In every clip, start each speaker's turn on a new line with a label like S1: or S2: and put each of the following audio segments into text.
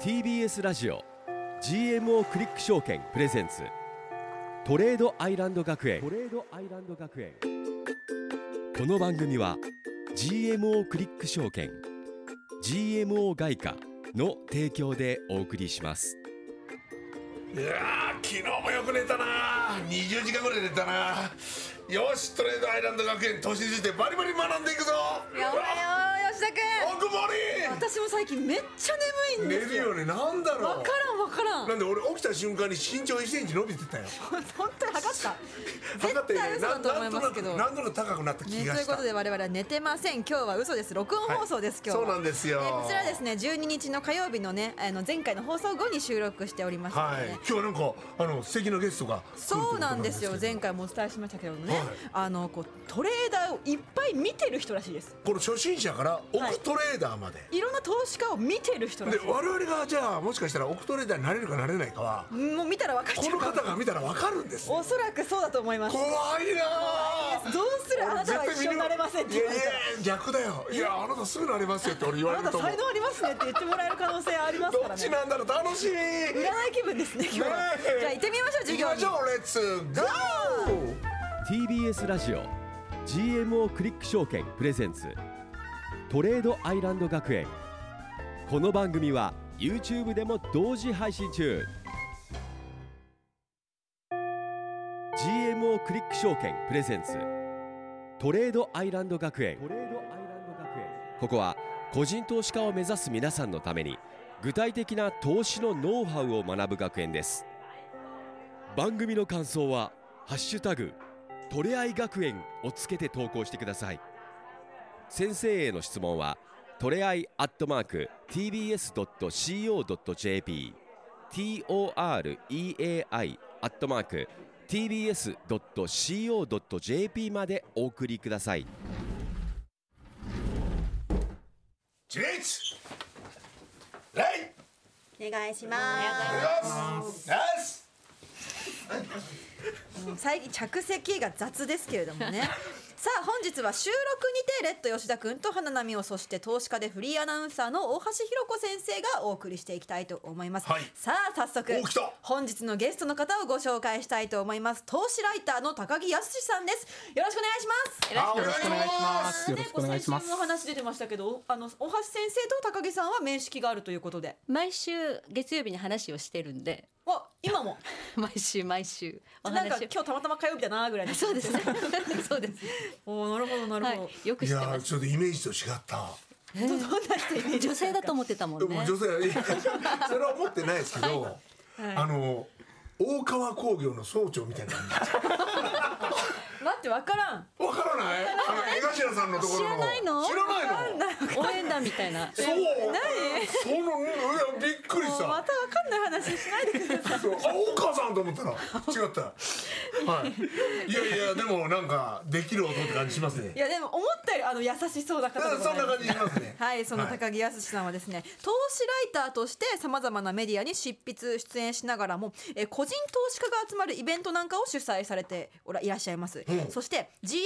S1: TBS ラジオ GMO クリック証券プレゼンツトレードアイランド学園トレードアイランド学園この番組は GMO クリック証券 GMO 外貨の提供でお送りします
S2: いやー昨日もよく寝たな20時間ぐらい寝たなよしトレードアイランド学園投資についてバリバリ学んでいくぞ
S3: やおはよう吉田
S2: お
S3: 君
S2: くもり
S3: 私も最近めっちゃ眠いん
S2: 寝
S3: ですよ
S2: るよねなんだろ
S3: 分からん分から
S2: うんなんで俺起きた瞬間に身長1センチ伸びてたよ
S3: 本当に測った
S2: 測って
S3: 絶対嘘だと思い
S2: な
S3: ま
S2: んと
S3: す
S2: なく
S3: けど
S2: なんとなく高くなった
S3: ね、
S2: 気
S3: と
S2: が
S3: いう
S2: し
S3: こ
S2: た
S3: とで我々は寝てません今日は嘘です録音放送です、
S2: はい
S3: 今日は
S2: そうなんですよ
S3: えーこちらですね12日の火曜日のねあの前回の放送後に収録しておりましたの
S2: は
S3: で、
S2: い今日はなんかあの素敵なゲストが来るとい
S3: そうなんですよ
S2: こと
S3: 前回もお伝えしましたけどもね、
S2: はい
S3: あのこうトレーダーをいっぱい見てる人らしいです
S2: この初心者から
S3: はい
S2: 億トレーダーまで、
S3: いろんな投資家を見てる人らしい
S2: で我々がじゃあもしかしたら億トレーダーになれるかなれないかは
S3: もう見たら分かっち
S2: この
S3: ゃうから
S2: 方が見たらわかるんです
S3: おそらくそうだと思います
S2: 怖いなあ
S3: どうするあなたは一緒になれませんって言われたら
S2: いやいや逆だよいやあなたすぐなれますよって俺言わ
S3: あ
S2: れ
S3: な
S2: る
S3: た
S2: と思う
S3: 才能ありますねって言ってもらえる可能性ありますか
S2: ど
S3: ら
S2: っち
S3: ね
S2: なんだろう楽しい
S3: 占い気分ですね今日は
S2: ねえ
S3: じゃあ行ってみましょう
S2: 行き
S3: 授業
S2: ま
S3: に
S2: しょうレッツゴー
S1: TBS ラジオ GMO クリック証券プレゼンツトレードアイランド学園この番組は YouTube でも同時配信中 GMO クリック証券プレゼンツトレードアイランド学園ここは個人投資家を目指す皆さんのために具体的な投資のノウハウを学ぶ学園です番組の感想は「ハッシュタグトレアイ学園」をつけて投稿してください先生への質問はトレアイアットマーク TBS.CO.JP TOREAI アットマーク TBS.CO.JP までお送りください
S2: チレッツレイ
S3: お願いしま
S2: よしよし
S3: すもう最近着席が雑ですけれども ねさあ本日は収録にてレッド吉田君と花並をそして投資家でフリーアナウンサーの大橋ひろ子先生がお送りしていきたいと思います、
S2: はい
S3: さあ早速
S2: お来た
S3: 本日のゲストの方をご紹介したいと思います投資ライターの高木康さんですよろしくお願いします
S2: あお願いします
S3: ねこう先週もお話出てましたけど、あの大橋先生と高木さんは面識があるということで、
S4: 毎週月曜日に話をしてるんで
S3: わ今も
S4: 毎週毎週お
S3: なんか
S4: 話を
S3: 今日たまたま火曜日だなぐらいの
S4: そうですねそうです、
S3: おーなるほどな
S4: は
S3: るほど。
S4: い、よく
S2: い
S4: 知って
S2: や
S4: ま
S2: ー
S4: す
S2: ちょっとイメージと違った
S3: どどんな人 イメージ
S4: 女性だと思ってたも
S2: で
S4: ん
S2: も
S4: ね
S2: 女性はいやそれは思ってないですけどあの大川工業の総長みたいな
S3: 待ってわからん。
S2: わからないあの江頭さんのところの
S4: 知らないの
S2: 知らないの
S4: 応援団みたいな
S2: そうそのいやびっくりし
S3: もうま
S2: た
S3: たわかんない話しないでください。
S2: そうあお母さんと思ったら違ったはいいやいやでもなんかできる男って感じしますね
S3: いやでも思ったよりあの優しそうな方で
S2: う
S3: ご
S2: ん
S3: ざ
S2: そ
S3: い
S2: ん
S3: ま
S2: な感
S3: す
S2: じしますね
S3: はい、その高
S2: い
S3: 木康さんはですね、投資ライターとしてさまざまなメディアに執筆出演しながらも、えー個人投資家が集まるイベントなんかを主催されておらいらっしゃいます、
S2: うん
S3: そして GMO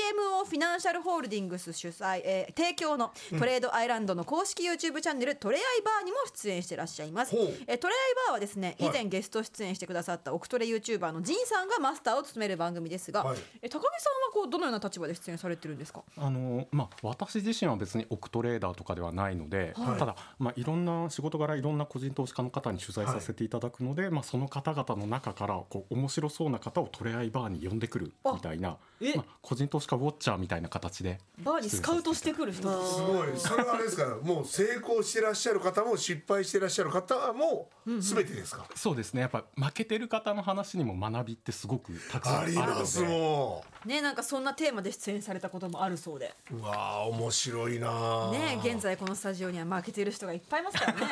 S3: フィナンシャルホールディングス主催、えー提供のトレードアイランドの公式 YouTube チャンネル、トレアイバーにも出演してらっしゃいます、
S2: ほう
S3: えートレアイバーはですね以
S2: は
S3: 前ゲスト出演してくださったオクトレ YouTuber のジンさんがマスターを務める番組ですが、
S2: はい
S3: えー高木さんはこうどのような立場で出演されてるんですか
S5: あのまあ、私自身は別に億トレーダーとかではないので、
S2: はい
S5: ただ、まあ、いろんな仕事柄いろんな個人投資家の方に取材させていただくので、まあ、その方々の中からこう面白そうな方をトレアイバーに呼んでくるみたいな
S3: え
S5: まあ、個人投資家ウォッチャーみたいな形で
S3: バーにスカウトしてくる人です
S2: すごいそれはあれですからもう成功してらっしゃる方も失敗してらっしゃる方も全てですか
S5: そうですねやっぱ負けてる方の話にも学びってすごくたくさんあ
S2: あ
S5: る
S2: り
S5: ので
S2: ますも
S3: ねなんかそんなテーマで出演されたこともあるそうで
S2: ううわー面白いなー
S3: ね現在このスタジオには負けている人がいっぱいいます からね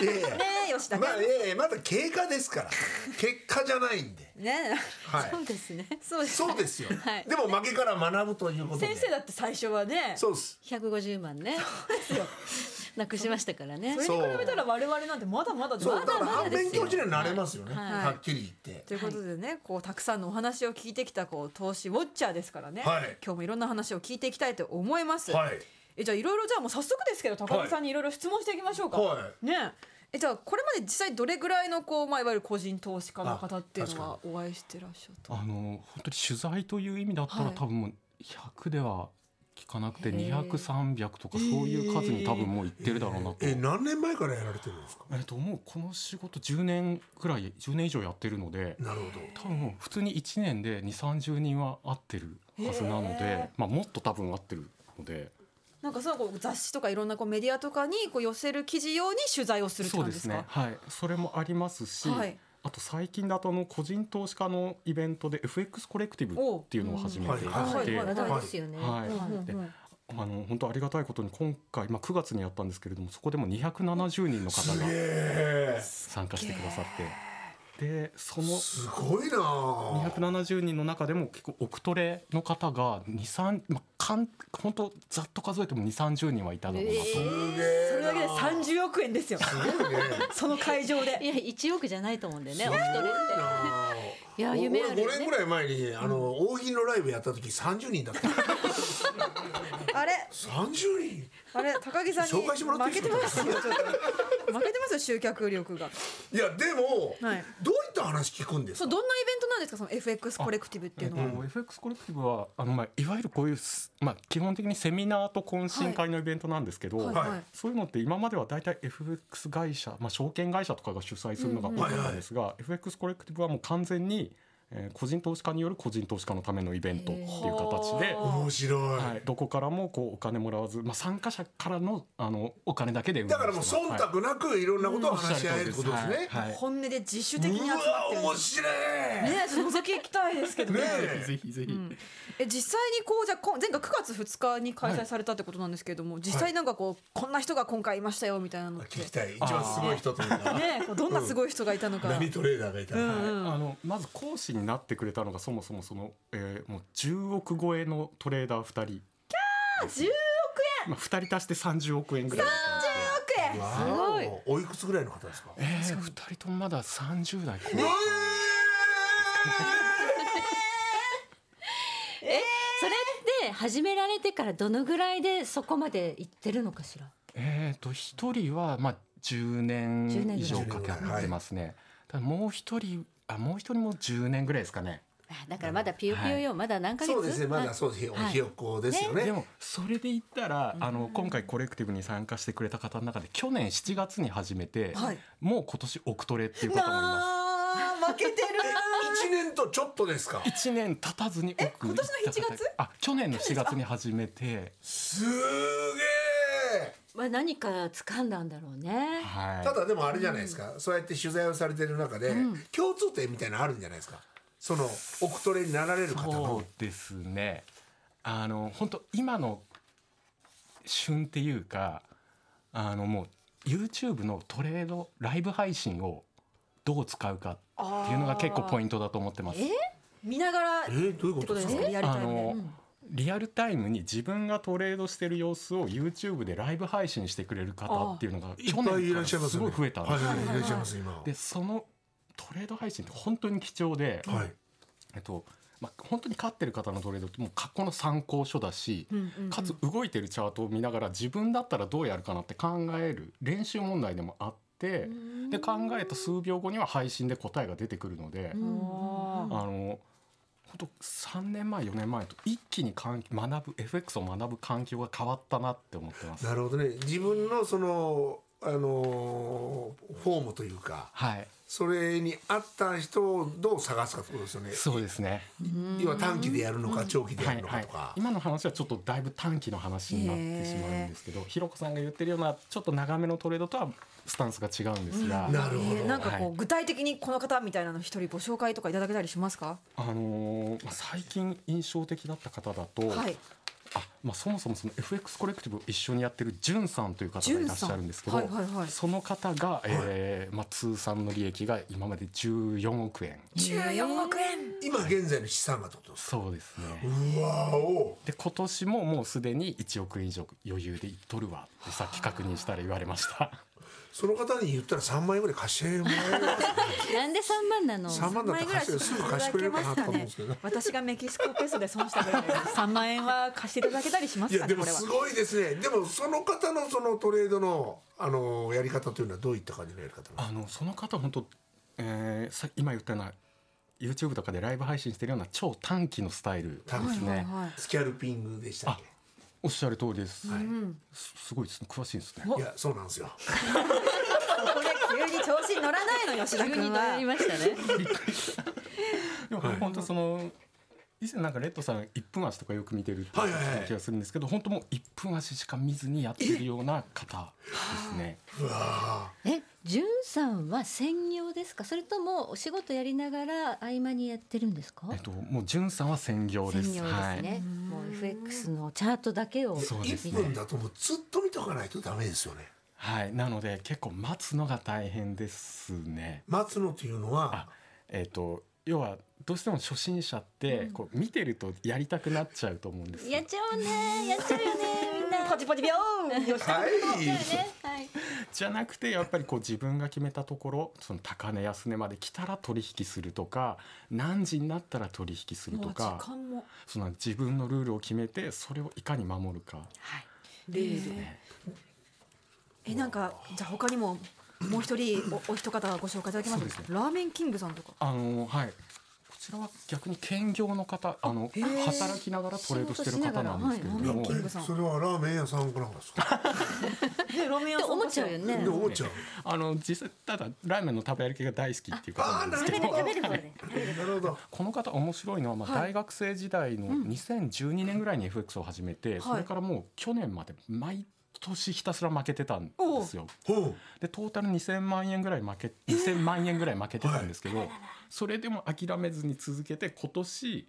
S2: いやいや
S3: ね吉田君、
S2: まあええまだ経過ですから結果じゃないんで
S3: ね
S2: はい
S4: そうですね
S3: そうです
S2: そうですよ、
S4: はい
S2: でも負けから学ぶということで
S3: 先生だって最初はね
S2: そうです
S4: 150万ねなくしましたからね
S3: それに比べたら我々なんてまだまだ
S2: そう
S3: ま
S2: だか
S3: だ
S2: ら
S3: ま
S2: 反
S3: だです
S2: 面教師にはなれますよね、
S4: はい
S2: はっきり言って
S3: ということでね、こうたくさんのお話を聞いてきたこう投資ウォッチャーですからね、
S2: はい
S3: 今日もいろんな話を聞いていきたいと思います、
S2: はい
S3: えじゃあいろいろじゃあもう早速ですけど高木さんにいろいろ質問していきましょうか、
S2: はい
S3: ねえじゃあこれまで実際どれぐらいのこう、まあ、いわゆる個人投資家の方っていうのはお会いしてらっしゃった
S5: あの本当に取材という意味だったら、
S3: はい
S5: 多分もう100では聞かなくて
S3: へー
S5: 200300とかそういう数に多分もういってるだろうなと。
S2: え何年前からやられてるんですか
S5: えっと、もうこの仕事10年くらい10年以上やってるので
S2: なるほど
S5: 多分もう普通に1年で2 3 0人は会ってるはずなので、
S3: へ
S5: まあ、もっと多分会ってるので
S3: なんかそのこう雑誌とかいろんなこうメディアとかにこう寄せる記事用に取材をするって
S5: そう
S3: 感じ
S5: で
S3: ですすか
S5: ね、はい、それもありますし、
S3: はい
S5: あと最近だとあの個人投資家のイベントで FX コレクティブっていうのを始めていま
S2: おう
S5: し
S2: はい
S5: て。
S4: 話題ですよね。
S5: はい
S3: うんうんうん
S5: であの本当ありがたいことに今回、まあ、9月にやったんですけれどもそこでも270人の方
S2: すげ
S5: が
S2: え
S5: 参加してくださってでその
S2: すごいなあ
S5: 270人の中でも結構億トレの方が23、まあ、かん本当ざっと数えても2 3 0人はいただろうなと、
S4: えー
S2: すげえ
S3: それだけで
S2: なあ
S3: 30億円ですよ
S2: すごいね
S3: その会場
S4: い
S3: で
S4: や一億じゃないと思うんだよね。
S2: す
S4: お
S2: ご
S4: 一
S2: い
S4: 人っ
S2: な
S4: て。
S2: あ
S4: いや
S2: お
S4: 夢あ
S2: 俺
S4: る
S2: 五
S4: よ
S2: 年
S4: ね
S2: ぐ。らい前にあの大喜利のライブやった時30人だった
S3: あれ
S2: 30人
S3: あれ高木さんに
S2: 紹介してもらって
S3: 負
S2: いい
S3: け
S2: で
S3: て
S2: すか
S3: ますよちょっと負けてますよ集客力が
S2: いやでも、
S3: はい
S2: どういった話聞くんです
S3: そう
S2: か
S3: どんなイベントなんですかその FX コレクティブっていうのは、
S5: えっと FX コレクティブはあの、まあ、いわゆるこういうす、まあ、基本的にセミナーと懇親会のイベントなんですけど、
S3: はい
S2: はい
S3: はい
S5: そういうのって今までは大体 FX 会社、まあ、証券会社とかが主催するのが多かったんですが、FX コレクティブはもう完全に、えー個人投資家による個人投資家のためのイベントっていう形
S3: へ
S5: で
S3: ー。
S2: 面白い、
S5: はい、どこからもこうお金もらわず、まあ、参加者からのあのお金だけで運営
S2: だからもう
S5: してます
S2: 忖度なくいろんなことを
S5: はい
S2: 話し合えるってことですね、
S5: はいはい
S3: 本音で自主的に集
S2: う
S3: まっ
S2: わ
S3: てるん
S2: 面
S3: です
S2: 白いね
S3: ねえちょっと覗き行きたいですけどね
S2: え
S5: ぜひぜひ、
S3: え実際にこうじゃあこん前回9月2日に開催されたってことなんですけれども、実際なんかこうこんな人が今回いましたよみたいなのって
S2: 聞きたい一番すごい人というか
S3: ねえこうどんなすごい人がいたのか、
S2: 何トレーダーがいた
S3: うん
S2: ら、
S3: うん
S5: あのまず講師になってくれたのがそもそもその、えーもう10億超えのトレーダー2人キャ
S3: 10
S5: ー
S3: 億
S5: 円、まあ、2人足して30億円ぐらいだったんです
S3: 10億
S2: わ
S3: 円
S4: すごい
S2: おおいくつぐらいの方ですかえ
S5: けどえー、2人ともまだ30代後
S2: え
S5: 半
S4: それって始められてからどのぐらいでそこまで行ってるのかしら。
S5: えー、と1人は、まあ、10年
S4: 10年
S5: 以上かかってますね、ただもう1人あもう1人も10年ぐらいですかね
S4: あだからまだピヨピヨよ、まだ何ヶ月。
S2: そうですねまだ
S4: あ
S2: そうひひよっこですよね
S5: でもそれで言ったら、あの今回コレクティブに参加してくれた方の中で去年7月に始めて、
S3: はい
S5: もう今年億トレっていう方もいます
S3: なあ負けてる
S2: 一年とちょっとですか
S5: 一年経たずにえ
S3: 今年の7月
S5: あ去年の4月に始めて
S2: すげえ
S4: まあ何か掴んだんだろうね。
S5: はい
S2: ただでもあれじゃないですか、そうやって取材をされてる中で、共通点みたいなのあるんじゃないですかその億トレになられる方
S5: そ
S2: の
S5: うですねあの本当今の旬っていうかあのもう YouTube のトレードライブ配信をどう使うかっていうのが結構ポイントだと思ってます
S4: え
S3: 見ながらっ
S2: え
S3: て
S2: ー、どういうこ
S3: こと
S2: とで
S3: ですす
S2: か
S3: かリアルタ
S5: あ
S3: イム
S5: の
S3: で、
S5: リアルタイムに自分がトレードしてる様子を YouTube でライブ配信してくれる方っていうのが
S2: いっ
S5: 去
S2: ぱいいら
S5: 年か
S2: っ
S5: ら
S2: しゃいます
S5: す
S2: よ
S5: ご
S2: ね
S5: い増えたんですよ
S2: はいはいいらっしゃいます今は
S5: でそのトレード配信って本当に貴重で、
S2: い
S5: えっとまあ、本当に勝ってる方のトレードってもう過去の参考書だし、
S3: んうんうん
S5: かつ動いてるチャートを見ながら自分だったらどうやるかなって考える練習問題でもあってで考えた数秒後には配信で答えが出てくるので、
S4: うん
S5: あの本当3年前4年前と一気に環学ぶ FX を学ぶ環境が変わったなって思ってます。
S2: なるほどね自分のそのあのーフォームというか
S5: はい、
S2: それに合った人をどう探すかってことですよね
S5: そうですね、
S2: 要は短期でやるのか長期で
S5: は
S2: や
S5: い
S2: るの
S5: は
S2: か
S5: い
S2: とか、
S5: 今の話はちょっとだいぶ短期の話になってしまうんですけどひろこさんが言ってるようなちょっと長めのトレードとはスタンスが違うんですが、
S2: なるほ
S3: え
S2: ど、
S3: ーなんかこう、
S5: はい
S3: 具体的にこの方みたいなの一人ご紹介とかいただけたりしますか
S5: あのーまあ最近印象的だった方だと、
S3: はい
S5: あまあ、そもそもその FX コレクティブを一緒にやってるジュンさんという方がいらっしゃるんですけど、
S3: ジュンさんはいはいはい
S5: その方が、えーまあ、通算の利益が今まで14億円
S3: 14億円
S2: 今現在の資産がってことです
S5: そうですね
S2: うわお
S5: で今年ももうすでに1億円以上余裕でいっとるわってさっき確認したら言われました
S2: その方に言ったら3万円ぐらい貸してもらえますね
S4: なんで三万なの。
S2: 3万だったら貸してすぐ貸してくれるかなと思うんですけどね
S3: 私がメキシコペソで損したぐらいで3万円は貸していただけたりしま
S2: い
S3: す
S2: や
S3: か
S2: で
S3: ね
S2: も
S3: これは
S2: すごいですねでもその方のそのトレードのあのやり方というのはどういった感じのやり方なの
S5: あのその方本当、えーさ今言ったような YouTube とかでライブ配信してるような超短期のスタイル
S2: 短
S5: で
S2: 期
S5: すね、
S3: はいはいはい
S2: スキャルピングでしたっけ
S5: おっしゃる通りです、
S2: はい
S5: すすごいですね詳しいですね
S2: いやそうなんですよ
S3: これ急に調子に乗らないの吉田
S4: 急
S3: 君
S4: にと
S3: は
S4: やりましたね。
S5: でも
S2: はい
S5: 本当その以前なんかレッドさん1分足とかよく見てるって
S2: はいはいはい
S5: 気がするんですけど本当もう1分足しか見ずにやってるような方ですね。
S2: うわ
S4: え、じゅんさんは専業ですか、それともお仕事やりながら合間にやってるんですか
S5: えっ。ともうじゅんさんは専業です。
S4: 専業ですね。もう FX のチャートだけを見て。
S5: そうです
S2: 1
S5: ね
S2: 分だともうずっと見とかないとダメですよね
S5: はい、はい、なので結構待つのが大変ですね。
S2: 待つのというのは
S5: あえっ、と要はどうしても初心者ってこう見てるとやりたくなっちゃうと思うんですよ。
S4: やっちゃおうね、やっちゃうよね、みんな。
S3: パチパチビョーン吉田
S2: はい
S4: はい。
S5: じゃなくてやっぱりこう自分が決めたところその高値安値まで来たら取引するとか何時になったら取引するとか
S3: 間も
S5: その自分のルールを決めてそれをいかに守るか
S3: レールえなんかじゃあ他にももう一人 おお一方ご紹介いただけます
S5: そうで
S3: か
S5: すね
S3: ラーメンキングさんとか
S5: あのはいこちらは逆に兼業の方あの
S3: ー
S5: 働きながらトレードしてる方なんですけれど
S3: 仕
S5: も
S3: 事しながらはいラーメンキングさん
S2: それはラーメン屋さんかなんかですか
S3: えラーメン
S4: って思っちゃうよね
S2: で。思っちゃう
S5: あの実際ただラーメンの食べ歩きが大好きっていう方なんですけど
S4: 食べる方で。
S2: なるほど
S5: この方面白いのは、まあ、大学生時代の2012年ぐらいに FX を始めて、それからもう去年まで毎年ひたすら負けてたんですよ。
S2: ほ
S5: でトータル2000万円ぐらい負 け2000万円ぐらい負けてたんですけど、それでも諦めずに続けて今年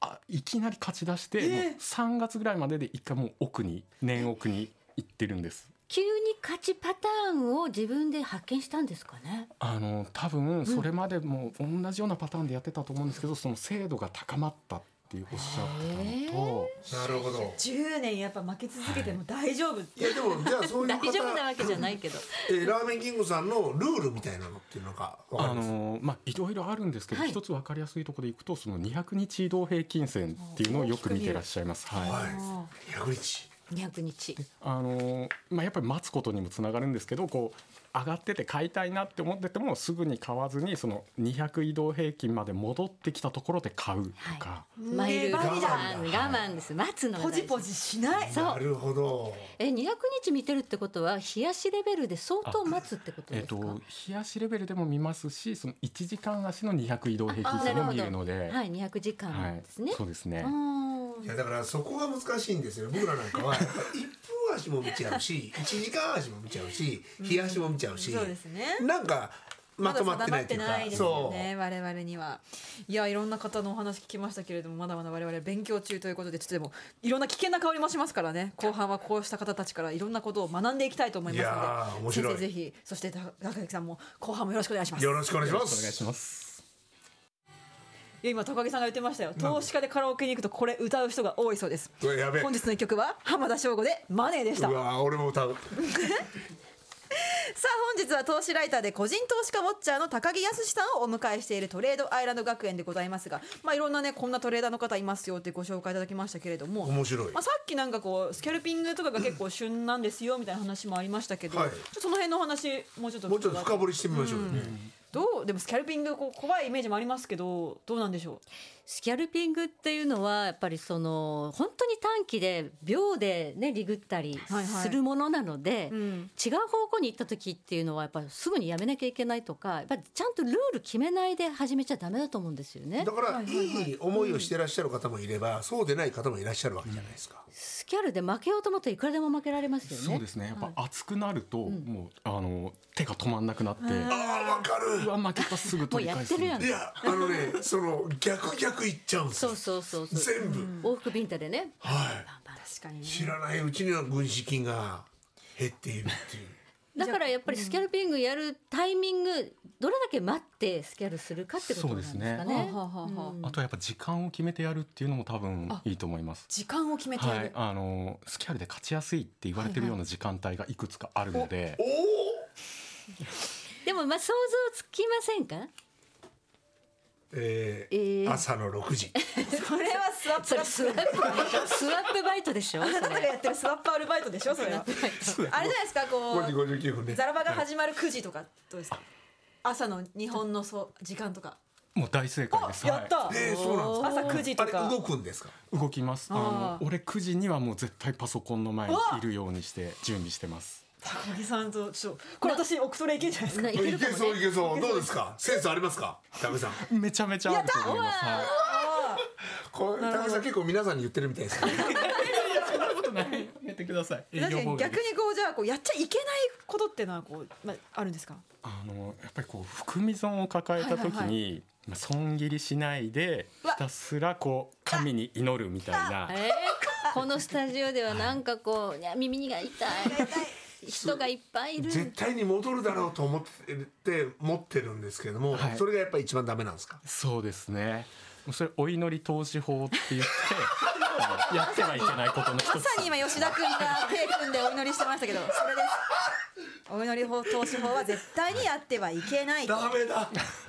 S5: あいきなり勝ち出して、もう3月ぐらいまでで一回もう奥に年奥に行ってるんです。
S4: 急に勝ちパターンを自分で発見したんですかね。
S5: あの多分それまでも同じようなパターンでやってたと思うんですけど、その精度が高まったっていうおっしゃってたのと、
S2: うなるほど
S3: 10年やっぱ負け続けても大丈夫って
S2: いやでもじゃあそういう
S4: 大
S2: 方
S4: 丈夫なわけじゃないけど。
S2: えーラーメンキングさんのルールみたいなのっていうのがわか
S5: あ
S2: ります
S5: のまあいろいろあるんですけど、
S4: はい
S5: 一つ分かりやすいところでいくとその200日移動平均線っていうのをよく見てらっしゃいます。はい、
S2: はい100日
S4: 200日。
S5: あのまあ、やっぱり待つことにもつながるんですけどこう上がってて買いたいなって思っててもすぐに買わずにその200移動平均まで戻ってきたところで買うとか、
S4: マイルール
S3: 粘
S2: りだ
S4: 我慢です。待つのが
S3: ポ
S4: 大事
S3: ジポジしない
S4: そう
S2: なるほど
S4: え、200日見てるってことは、冷やしレベルで相当待つってこと
S5: え
S4: で
S5: っ
S4: すか。
S5: と冷やしレベルでも見ますしその1時間足の200移動平均線も見るので
S4: はい、200時間ですね。
S5: そうですね
S4: あ。ー
S2: いやだからそこが難しいんですよ僕らなんか は1分足も見ちゃうし1時間足も見ちゃうし日足も見ちゃうし、
S3: そうですね
S2: なんかまとまってないというか
S3: まだ定まってないですよ
S2: そ
S3: ね我々にはいやいろんな方のお話聞きましたけれどもまだまだ我々勉強中ということでちょっとでもいろんな危険な香りもしますからね後半はこうした方たちからいろんなことを学んでいきたいと思いますの
S2: い
S3: で
S2: やー面白い
S3: 先生ぜひそして高木さんも後半もよろしくお願いしま
S2: う
S3: すい
S2: よろしくお願いし
S5: よ
S2: ま
S5: ろしくお願い
S2: す
S5: します。
S3: や今高木さんが言ってましたよ投資家でカラオケに行くとこれ歌う人が多いそうです
S2: うわやべえ
S3: 本日の一曲は浜田省吾でマネーでした
S2: うわ俺も歌う
S3: さあ本日は投資ライターで個人投資家ウォッチャーの高木康さんをお迎えしているトレードアイランド学園でございますが、まあ、いろんなねこんなトレーダーの方いますよってご紹介いただきましたけれども
S2: 面白い
S3: まあ、さっきなんかこうスキャルピングとかが結構旬なんですよみたいな話もありましたけど、
S2: はい
S3: ちょっとその辺のお話もうちょっと
S2: もうちょっと深掘りしてみましょう、ね
S3: どうでもスキャルピングこう怖いイメージもありますけどどうなんでしょ
S4: スキャルピングっていうのはやっぱりその本当に短期で秒でねリグったり
S3: はいはい
S4: するものなので、
S3: う、ん、
S4: 違う方向に行った時っていうのはやっぱりすぐにやめなきゃいけないとかやっぱりちゃんとルール決めないで始めちゃダメだと思うんですよね
S2: だ。から
S3: はいはいはい
S2: いい思いをしてらっしゃる方もいればそうでない方もいらっしゃるわけじゃないですか、
S4: スキャルで負けようと思ったらいくらでも負けられますよね。
S5: そうですね。やっぱ熱くなると、もうあの手が止まんなくなって、
S2: ああわか
S5: う
S2: る
S5: わ負けたすぐ取り返す。
S4: もうやって
S2: いやあのねその逆逆いっちゃうんですよ
S4: そうそうそうそう
S2: 全部、
S4: 往復ビンタでね。
S2: は
S3: 確かに
S2: い
S3: ね
S2: 知らないうちには軍資金が減っているっていう
S4: だからやっぱりスキャルピングやるタイミングどれだけ待ってスキャルするかってことなんですかね。
S5: そう
S3: ですねはあはあはあ
S4: うん
S5: あとやっぱ時間を決めてやるっていうのも多分いいと思います。
S3: 時間を決めてや
S5: はい
S3: る、、
S5: あのスキャルで勝ちやすいって言われてるような時間帯がいくつかあるので、
S2: おお
S4: でもまあ想像つきませんか？
S2: え
S4: え
S2: ー
S4: ー、
S2: 朝の6時
S3: それはスワップ
S4: それ
S3: だ
S4: スワップスワップバイトでしょ？そ
S3: あなたが
S4: れ
S3: やってるスワップアルバイトでしょそれはあれじゃないですかこ
S2: 5時
S3: う
S2: 59分で
S3: ザラバが始まる9時とかどうですか朝の日本のそう時間とか
S5: もう大正解
S3: あ
S5: です。
S3: やった
S2: えー、そうなんですか
S3: 朝9時と
S2: あ
S3: か
S2: れ動くんですか
S5: はい動きます。
S3: あ
S5: あ
S3: ー
S5: の俺9時にはもう絶対パソコンの前に
S3: うわ
S5: いるようにして準備してます。
S3: 高木さんとちょっとこれ私オクトレいけるじゃないですか
S4: ない
S2: い
S4: け
S2: け
S4: るかも
S2: そうい
S4: ね。
S2: けそうどうですかセンスありますか田部さん
S5: めちゃめちゃあると思います。はい
S3: あ
S2: これ
S3: なる
S2: 田
S3: ほど
S2: 部さん結構皆さんに言ってるみたいですけど
S5: そんなことない。やめてください。
S3: ー確
S5: 営
S3: か
S5: 業妨
S3: に
S5: 害
S3: 逆
S5: で
S3: にこうじゃあこうやっちゃいけないことってのはこう、まあ、あるんですか
S5: あのやっぱりこう含み損を抱えた時に、
S3: はいはい
S5: まあ損切りしないで
S3: うわ
S5: ひたすらこう神に祈るみたいな
S4: えー、このスタジオではなんかこういや耳が痛い人がいっぱいいる。
S2: 絶対に戻るだろうと思って持ってるんですけども、
S5: はい
S2: それがやっぱり一番ダメなんですか
S5: そうですね。もうそれお祈り投資法って言ってあ のやってはいけないことの一
S3: ま
S5: つ。
S3: さに今吉田君が手組んでお祈りしてましたけどそれですお祈り法投資法は絶対にやってはいけない
S2: ダメだ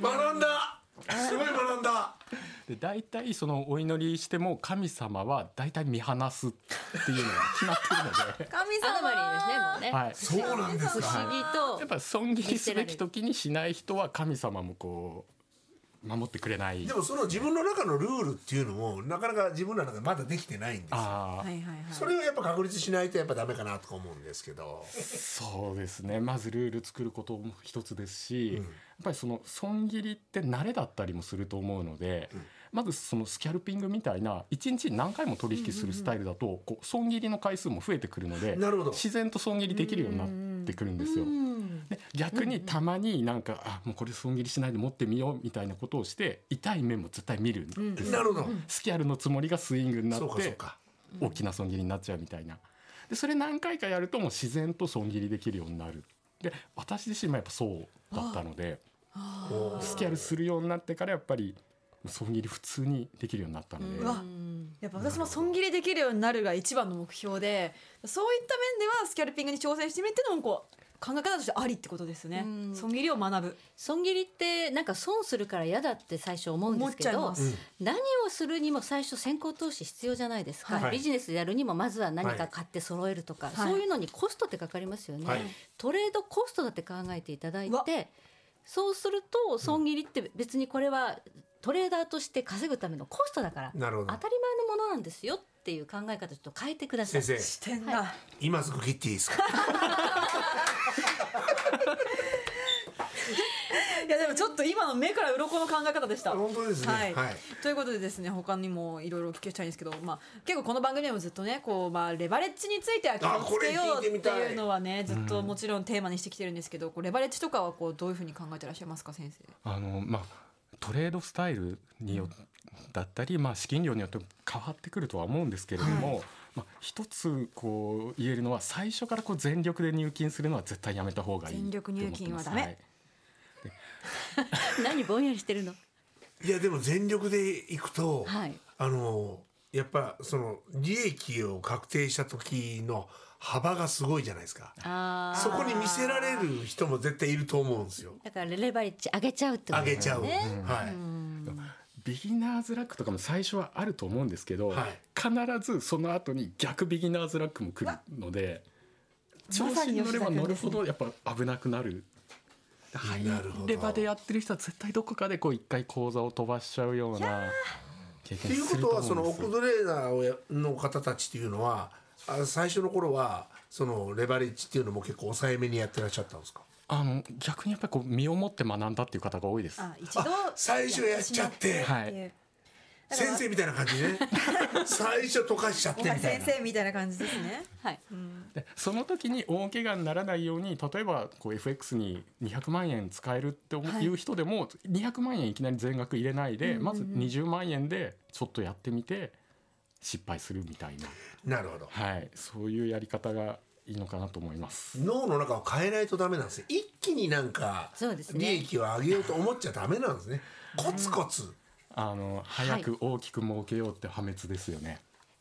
S2: 学んだすごい学んだ
S5: で大体そのお祈りしても神様は大体見放すっていうのが決まってるので。
S3: 神
S4: アドバリーですねも
S3: 様
S4: う
S2: そ
S5: はい、
S4: ね。
S2: うなんです
S4: 不
S2: か
S4: 思議と
S5: やっぱ損切りすべき時にしない人は神様もこう守ってくれない
S2: でもその自分の中のルールっていうのもなかなか自分の中でまだできてないんですよ
S5: ああ、
S3: はいはいはい
S2: それをやっぱ確立しないとやっぱダメかなとか思うんですけど
S5: そうですねまずルール作ることも一つですし、やっぱりその損切りって慣れだったりもすると思うので、まずそのスキャルピングみたいな一日に何回も取引するスタイルだと、こう損切りの回数も増えてくるので
S2: なるほど
S5: 自然と損切りできるようになってくるんですよ。で逆にたまになんか、あもうこれ損切りしないで持ってみようみたいなことをして痛い面も絶対見るんですよ、
S2: なるほど
S5: スキャルのつもりがスイングになっ
S2: そうかそう
S5: て
S2: か
S5: 大きな損切りになっちゃうみたいなでそれ何回かやるともう自然と損切りできるようになるで私自身もやっぱそうだったので
S2: こう
S5: スキャルするようになってからやっぱり損切り普通にできるようになったので、
S3: うわやっぱ私も損切りできるようになるが一番の目標でそういった面ではスキャルピングに挑戦してみるっていうのもこう考え方としてありってことですね
S4: うん
S3: 損切りを学ぶ
S4: 損切りってなんか損するから嫌だって最初思うんですけ
S3: 思
S4: ど
S3: っちゃいます
S4: 何をするにも最初先行投資必要じゃないですか、
S2: はい
S4: ビジネスやるにもまずは何
S2: は
S4: か
S2: い
S4: 買って揃えるとか、
S3: はい
S4: そういうのにコストってかかりますよね、
S2: はい
S4: トレードコストだって考えていただいう
S3: わ
S4: てそうすると損切りって別にこれはトレーダーとして稼ぐためのコストだから当た
S2: なるほ
S4: り
S2: ど
S4: 前のものなんですよっていう考え方ちょっと変えてください
S2: 先生
S3: 視点が、
S2: 今すぐ切っていいですか
S3: い、やでもちょっと今の目から鱗の考え方でした
S2: 本当ですね
S3: はい
S2: はい
S3: ということでですね他にもいろいろお聞きしたいんですけど、まあ、結構この番組でもずっとねこう、まあ、レバレッジについては気をつけよ
S2: あこ
S3: う
S2: れ聞いて
S3: って
S2: みたい
S3: いうのはねずっともちろんテーマにしてきてるんですけど、こうレバレッジとかはこうどういうふうに考えてらっしゃいますか先生。
S5: あのまあトレードスタイルによっだったり、まあ、資金量によって変わってくるとは思うんですけれども、まあ、一つこう言えるのは最初からこう全力で入金するのは絶対やめた方がいい
S3: 全力入金はダメ
S5: と思ってます
S4: 何ぼんやりしてるの、
S2: いやでも全力でいくと、
S4: はい
S2: あのやっぱその利益を確定した時の幅がすごいじゃないですか
S4: あー
S2: そこに見せられる人も絶対いると思うんですよ
S4: だからレバレッジ上げちゃうってこ
S2: 上
S4: とで
S2: げ
S4: す
S2: ちゃう、
S4: ね
S2: はい、
S5: ビギナーズラックとかも最初はあると思うんですけど、
S2: はい
S5: 必ずその後に逆ビギナーズラックも来るので調
S3: まさ
S5: 子
S3: に
S5: に乗
S3: 吉
S5: れ
S3: 田
S5: ば
S3: 君
S5: 乗
S3: で
S5: る
S3: すね
S5: ほどやっぱ危なくなる
S2: なるほど
S5: レバーでやってる人は絶対どこかでこう一回口座を飛ばしちゃうような経
S2: っ
S5: 験
S2: ていう
S5: す
S2: こ
S5: る
S2: と
S5: と思う
S2: は
S5: んです
S2: そのオクドレーダーをやの方たちっていうのはあ最初の頃はそのレバレッジっていうのも結構抑えめにやってらっしゃったんですか
S5: あの逆にやっぱりこう身をもって学んだっていう方が多いです。
S3: あ一度
S2: 最初やっちゃって
S5: は
S3: てい
S5: い。
S3: う
S2: 先生みたいな感じでね最初溶かしちゃってみたいな
S3: 先生みたいな感じですね。
S4: はい
S5: でその時に大怪我にならないように例えばこう FX に200万円使えるって思う
S3: はい
S5: いう人でも200万円いきなり全額入れない
S3: う
S5: で、
S3: んうん
S5: まず20万円でちょっとやってみて失敗するみたいな、
S2: なるほど
S5: はい、そういうやり方がいいのかなと思います。
S2: 脳の中を変えないとダメなんですよ一気になんか
S4: そうですね
S2: 利益を上げようと思っちゃダメなんですねコツコツ
S5: あの
S4: い
S5: 早く大きく儲けようって破滅ですよね。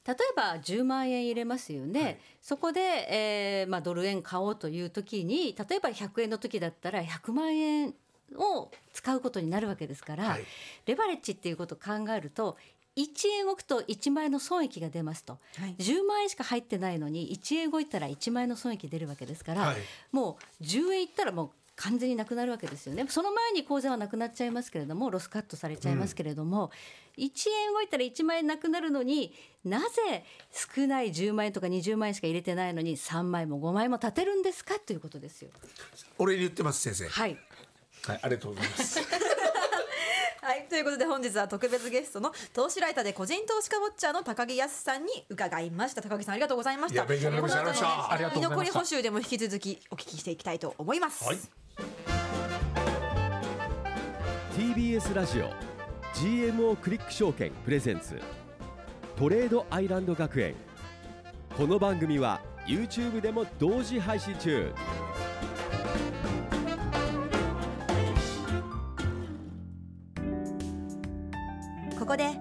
S4: 例えば10万円入れますよね、そこで、えーまあ、ドル円買おうという時に例えば100円の時だったら100万円を使うことになるわけですから、
S2: はい
S4: レバレッジっていうことを考えると1円置くと1万円の損益が出ますと、
S3: はい
S4: 10万円しか入ってないのに1円動いたら1万円の損益出るわけですから、
S2: はい
S4: もう10円いったらもう完全になくなるわけですよねその前に口座はなくなっちゃいますけれどもロスカットされちゃいますけれども、1円動いたら1万円なくなるのになぜ少ない10万円とか20万円しか入れてないのに3万円も5万円も立てるんですかということですよ。
S2: 俺に言ってます先生
S4: はい
S2: はいありがとうございます
S3: はい、ということで本日は特別ゲストの投資ライターで個人投資家ウォッチャーの高木康さんに伺いました高木さんありがとうございまし
S2: い
S3: た
S2: や勉強になりました
S3: この後の
S2: ありがとうございました
S5: ありがとうございました
S3: 居残り補修でも引き続きお聞きしていきたいと思います、
S2: はい
S1: TBS ラジオ GMO クリック証券プレゼンツトレードアイランド学園この番組は YouTube でも同時配信中
S3: ここで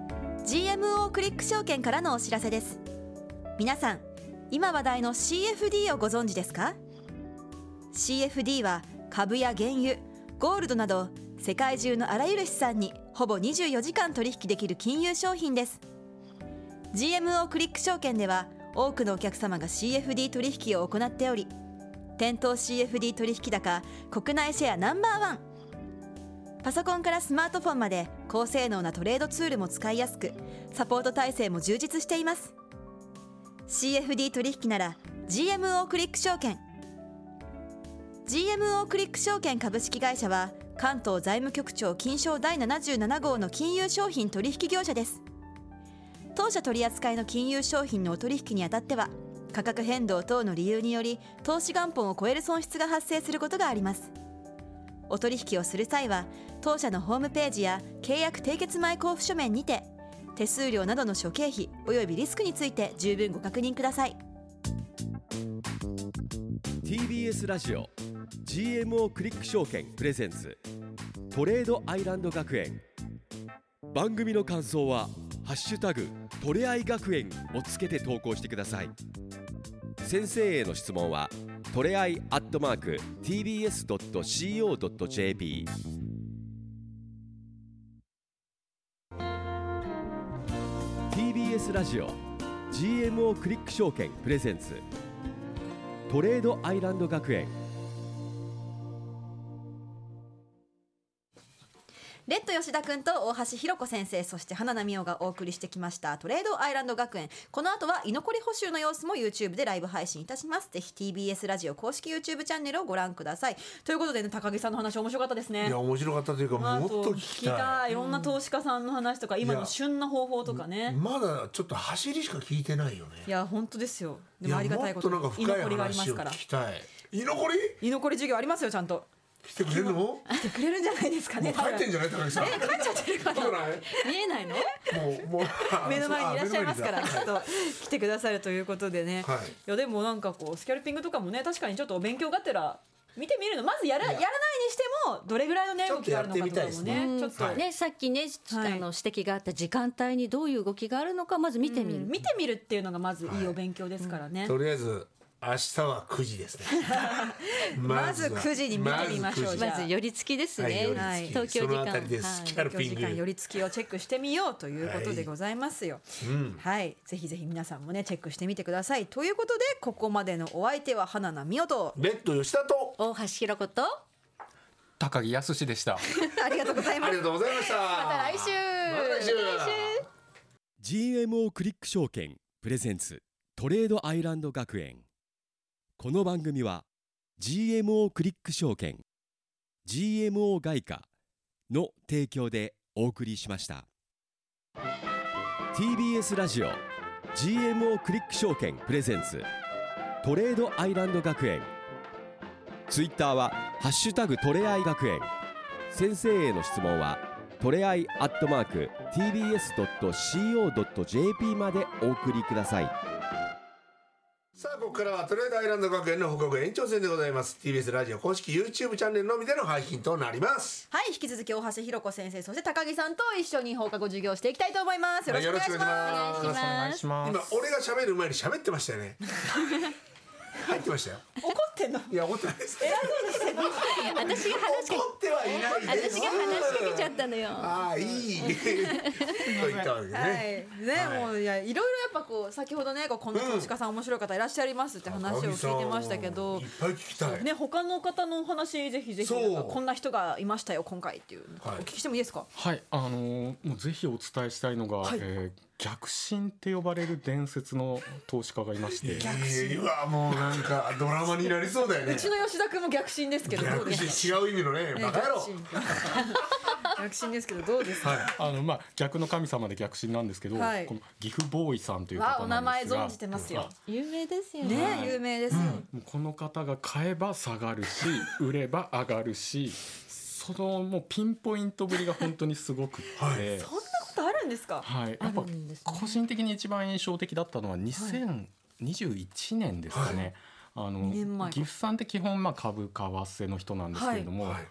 S3: GMO クリック証券からのお知らせです皆さん今話題の CFD をご存知ですか CFD は株や原油ゴールドなど世界中のあらゆる資産にほぼ24時間取引できる金融商品です GMO クリック証券では多くのお客様が CFD 取引を行っており店頭 CFD 取引高国内シェアナンバーワンパソコンからスマートフォンまで高性能なトレードツールも使いやすくサポート体制も充実しています CFD 取引なら GMO クリック証券 GMO クリック証券株式会社は関東財務局長金賞第77号の金融商品取引業者です当社取扱いの金融商品のお取引にあたっては価格変動等の理由により投資元本を超える損失が発生することがありますお取引をする際は当社のホームページや契約締結前交付書面にて手数料などの諸経費およびリスクについて十分ご確認ください
S1: TBS ラジオ GMO クリック証券プレゼンツトレードアイランド学園番組の感想は「ハッシュタグトレアイ学園」をつけて投稿してください先生への質問はトレアイアットマーク TBS.CO.JP 「TBS ラジオ GMO クリック証券プレゼンツ」トレードアイランド学園
S3: レッド吉田君と大橋ひろ子先生そして花奈美桜がお送りしてきましたトレードアイランド学園この後は居残り補修の様子も YouTube でライブ配信いたしますぜひ TBS ラジオ公式 YouTube チャンネルをご覧くださいということでね高木さんの話面白かったですね
S2: いや面白かったというかもっと聞きた
S3: いいろんな投資家さんの話とか今の旬な方法とか
S2: い
S3: ね
S2: まだちょっと走りしか聞いてないよね
S3: いや本当ですよで
S2: い
S3: も
S2: や
S3: ありがたいこと
S2: もっとなんか
S3: 居
S2: 深い
S3: 残りがありま
S2: 話
S3: す
S2: を
S3: から
S2: 聞きたい居残り
S3: 居残り授業ありますよちゃんと
S2: 来てくれるの も
S3: 来てくれるんじゃないですか
S2: う帰
S3: ね多分
S2: ってんじゃない高木さん
S3: え帰っちゃってるか
S2: そう
S3: ら
S2: ない
S4: 見えないの
S2: もうもう
S3: 目の前にいらっしゃいますから
S2: あ
S3: ちょっと来てくださるということでね、
S2: はい
S3: い、やでもなんかこうスキャルピングとかもね確かにちょっとお勉強がてら見てみるのまずやらやらないにしてもどれぐらいのね
S2: ちょ
S3: 動
S2: っ
S3: き
S2: と
S3: が
S2: や
S3: あ
S2: っ
S3: るの
S2: て
S3: か
S2: み
S3: とか
S2: たい
S3: も
S2: ですね
S3: ね
S4: うん
S3: ちょっと、
S2: はい
S4: ね、さっきね、ち
S3: はい
S4: あの指摘があった時間帯にどういう動きがあるのかまず見てみる、
S3: 見てみるっていうのがまずいいお勉強ですからね、
S2: とりあえず明日は9時ですね
S3: まず9時に見てみましょう
S2: ず
S3: じゃ
S4: ま
S3: あ
S4: ず寄り付きですね、
S2: はい寄り付き
S4: 東京時
S2: そのあ
S4: 間
S2: たりです
S4: はい
S2: キャラ
S3: 勉強時間寄り付きをチェックしてみようということでございますよ。はい、ぜひぜひ皆さんもねチェックしてみてください。ということでここまでのお相手は花奈美音 と
S2: ベッド吉田と
S4: 大橋ひろ子と
S5: 高木康でした。
S3: ありがとうございま
S2: あり
S3: す
S2: が。とうございましたまた
S4: 来週
S2: 来週
S1: GMO クリック証券プレゼンツトレードアイランド学園この番組は GMO クリック証券 GMO 外貨の提供でお送りしました TBS ラジオ GMO クリック証券プレゼンツトレードアイランド学園ツイッターは「ハッシュタグトレアイ学園」先生への質問はトレアイアットマーク TBS.CO.JP までお送りください
S2: さあここからはトレードアイランド学園の報告延長戦でございます TBS ラジオ公式 YouTube チャンネルのみでの配信となります
S3: はい引き続き大橋ひろ子先生そして高木さんと一緒に放課後授業していきたいと思いますよろしくお願いします,、
S2: は
S5: お願いします
S2: 今俺が喋る前に喋ってましたよ ね入ってましたよ
S3: 怒ってんの
S2: いや思ってないです
S4: 私が話し
S2: 怒ってはいないです
S4: 私が話しかけちゃったのよ。
S2: ああいいと言ったわけね、
S3: はい、ね、
S2: はい
S3: もういやいろいろやっぱこう先ほどねこうこんな投資家さん面白い方いらっしゃいますって話を聞いてましたけど
S2: いっ、ぱい聞きたい、
S3: ね他の方のお話ぜひぜひ
S2: そう
S3: なんかこんな人がいましたよ今回っていう、
S2: はい
S3: お聞きしてもいいですか。
S5: はい、あのーもうぜひお伝えしたいのが、
S3: はい
S5: えー逆進って呼ばれる伝説の投資家がいまして、
S2: いやうわもうなんかドラマになりそうだよね
S3: うちの吉田君も逆進ですけどど
S2: 逆
S3: うですか。
S2: 進違う意味のね
S3: ね
S2: バカ野郎
S3: 逆進逆進ですけどどうですか。
S2: はい
S5: あのまあ逆の神様で逆進なんですけど、
S3: はい
S5: このギフボーイさんという
S3: わあ
S5: 方
S3: お名
S5: なん
S3: 前
S5: ですが、
S3: 存じてますよ。
S4: 有名ですよ
S3: ね、
S4: ね。
S3: 有名ですよ。
S5: もうこの方が買えば下が るし売れば上がるしそのもうピンポイントぶりが本当にすごくって、
S2: は
S5: はいい
S3: そんなことあるんですか。
S5: やっぱ
S4: あるんですね
S5: 個人的に一番印象的だったのは2021年ですかね。あの
S3: 二年前か
S5: 岐阜さんって基本まあ株為替の人なんですけれども、
S2: はい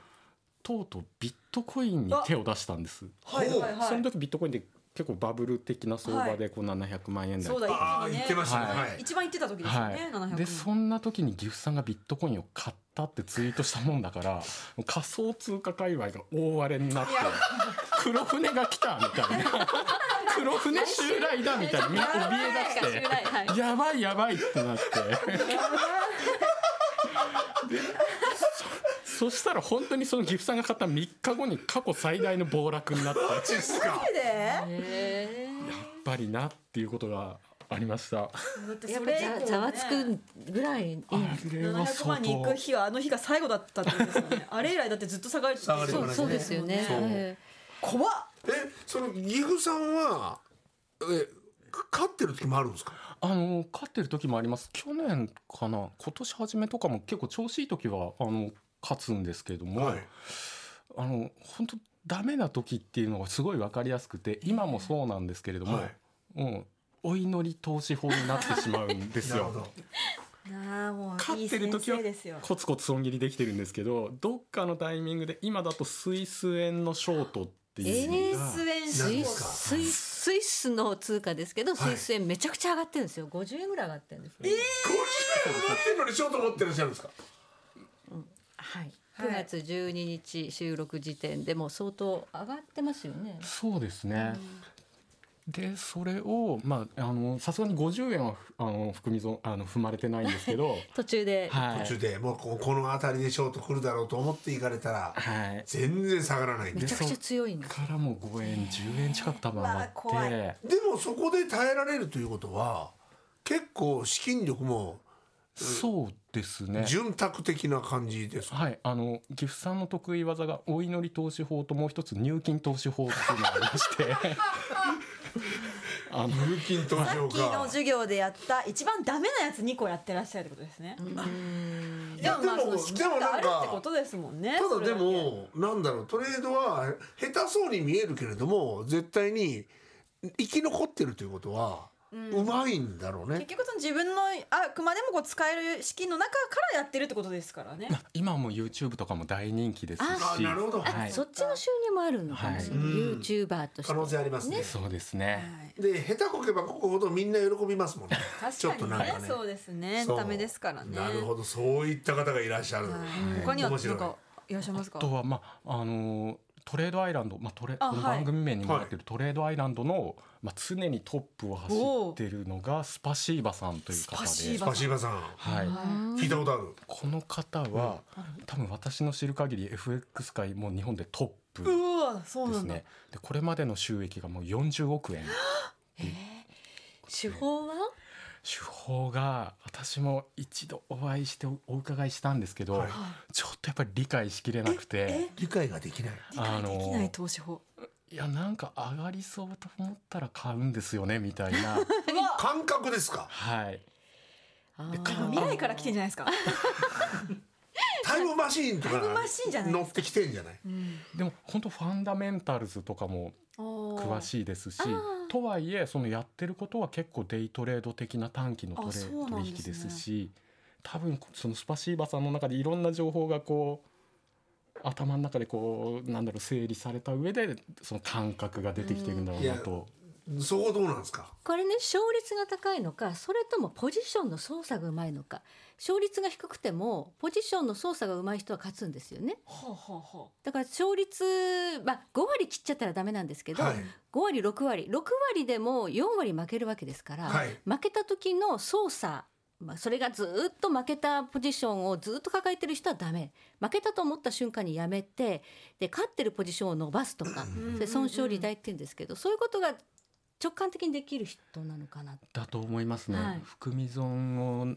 S5: とうとうビットコインに手を出したんです。
S3: はいはいはい。
S5: その時ビットコインって結構バブル的な相場でこう700万円台
S3: そうだ
S2: ああ
S3: 一気にね
S2: 言ってましたね
S3: は
S2: はい
S3: い一番言ってた時ですよ
S5: は
S3: ね。
S5: い、
S3: 700
S5: でそんな時に岐阜さんがビットコインを買ったってツイートしたもんだからもう仮想通貨界隈が大荒れになって黒船が来たみた いな黒船襲来だみたいなみんな怯え出して
S4: はい。
S5: やばいやばいってなってでそそしたら本当にその岐阜さんが買った3日後に過去最大の暴落になったやっ
S2: マジっすか
S3: で
S4: へ
S5: ぱりなっていうことがありました。
S3: だって
S4: えや
S3: そ
S4: っ
S3: れ以降
S4: ぱ
S3: ね
S4: ざざわつくぐらいいい
S5: あれは
S3: 700
S5: 相
S3: 万に行
S5: 当
S3: く日はあの日が最後だったってことですよね あれ以来だってずっと下がる
S2: 下がりっぱり
S4: そう
S2: ね
S4: そうですよね。
S5: そう
S4: え
S3: 怖っ
S2: えその岐阜さんはえか勝ってる時もあるんですか
S5: あの勝ってる時もあります去年かな今年初めとかも結構調子いい時はあの勝つんですけれども、
S2: はい
S5: あの本当ダメな時っていうのがすごい分かりやすくて今もそうなんですけれども、
S2: はい
S5: うんお祈り投資法になってしまうんですよ。
S3: なあもう
S5: 勝
S3: い
S5: っ
S3: い
S5: てる
S3: 先
S5: 時は
S3: 生ですよ
S5: コツコツ損切りできてるんですけどどっかのタイミングで今だとスイス円のショートっていうのが、
S4: えー
S3: スウェン
S4: ス
S2: 何
S4: イ
S2: ですか
S4: ススイスイスの通貨ですけど、
S2: はい
S4: スイス円めちゃくちゃ上がってるんですよ。50円ぐらい上がってるんですね。
S2: 50円持ってるのにショート持ってらっしゃるんですか
S4: は
S3: は
S4: い。
S3: い
S4: 9月12日収録時点でもう相当上がってますよね。
S5: そうですね。でそれをまああのさすがに50円はふあの含み損あの踏まれてないんで すけど、
S4: 途中で。
S5: はい、
S2: 途中でもうここの辺りでショート来るだろうと思って行かれたら
S5: はい。
S2: 全然下がらないん
S4: め
S2: で
S4: ちゃくちゃ強いんです。
S5: からもう5円10円近く多分上がっ
S3: うわ怖
S5: て
S2: でもそこで耐えられるということは結構資金力も
S5: そうですね
S2: 潤沢的な感じですか
S5: はいあの岐阜さんの得意技がお祈り投資法ともう一つ入金投資法っていうのがありま してあの
S2: 入金投資
S3: さっ
S2: 法
S3: きの
S2: か
S3: 授業でやった一番ダメなやつ2個やってらっしゃるってことですね、
S2: い
S3: で
S2: や
S3: もまあその資金があ
S2: で
S3: るって
S2: もなん
S3: こ
S2: か
S3: とですもんね
S2: た
S3: そ
S2: だ
S3: れ
S2: で
S3: だけ
S2: もなんだろうトレードは下手そうに見えるけれども絶対に生き残ってるということはうまいんだろうね
S3: 結。局その自分のあくまでもこう使える資金の中からやってるってことですからね
S5: 今はもう YouTube とかも大人気です
S2: あ
S5: し
S2: なるほど
S5: はい、
S4: そっちの収入もあるのかもしれない。
S2: はい
S4: ユーチューバーとして。
S2: 可能性ありますね。
S5: そうですね
S2: で下手こけばこくほどみんな喜びますもんね。ちょっ
S3: 確
S2: と
S3: か
S2: なん
S3: に
S2: か
S3: ね
S2: ね。
S3: そうですね
S2: そう
S3: ダメですからね
S2: なるほどそういった方がいらっしゃる。
S3: はい他には
S2: 面
S3: 何
S2: 白い
S3: かいらっしゃいますか
S5: あとはまああのトレードアイランド、まあ、トレ
S3: あ
S5: この
S3: はい
S5: 番組名にもなってるトレードアイランドの、まあ、常にトップを走ってるのがスパシーバさんという方
S3: スパシー
S5: で
S3: バ、
S2: パシーバさん
S5: はい、
S2: 聞いたことある。
S5: この方は、多分私の知る限り FX 界もう日本でトップ
S3: うわそう
S5: で
S3: な
S5: す
S3: んだ
S5: ねでこれまでの収益がもう40億円
S4: 手法は。
S5: 手法が私も一度お会いしておお伺いしたんですけど、
S2: はい
S5: ちょっとやっぱり理解しきれなくて
S2: 理解ができない。
S3: 理解でき
S5: あ
S3: ない
S5: の
S3: 投資法
S5: いやなんか上がりそうと思ったら買うんですよねみたい な
S2: 感覚ですか。
S5: はい
S4: あー
S5: か
S3: 未来から来てんじゃないですか。
S2: タイムマシーンとか
S3: タイムマシーンじゃない
S2: 乗ってきてんじゃない。
S5: でも本当ファンダメンタルズとかも詳
S3: 詳い。
S5: しいですし
S4: あー
S5: とはいえそのやってることは結構デイトレード的な短期のトレ
S4: あそうなんですね
S5: 取引ですし多分そのスパシーバさんの中でいろんな情報がこう頭の中でこうなんだろう整理された上でその感覚が出てきてるんだろうなと。
S2: そこはどうなんですか
S4: これね勝率が高いのかそれともポジションの操作がうまいのか勝率が低くてもポジションの操作がうまい人は勝つんですよねだから勝率、まあ、5割切っちゃったらダメなんですけど、
S2: はい
S4: 5割6割6割でも4割負けるわけですから、
S2: はい
S4: 負けた時の操作まあ、それがずっと負けたポジションをずっと抱えてる人はダメ負けたと思った瞬間にやめてで勝ってるポジションを伸ばすとか
S3: ん
S4: で損傷利大って言うんですけどそういうことが直感的にできる人なのかな
S5: だと思いますね、
S4: はい
S5: 含み損を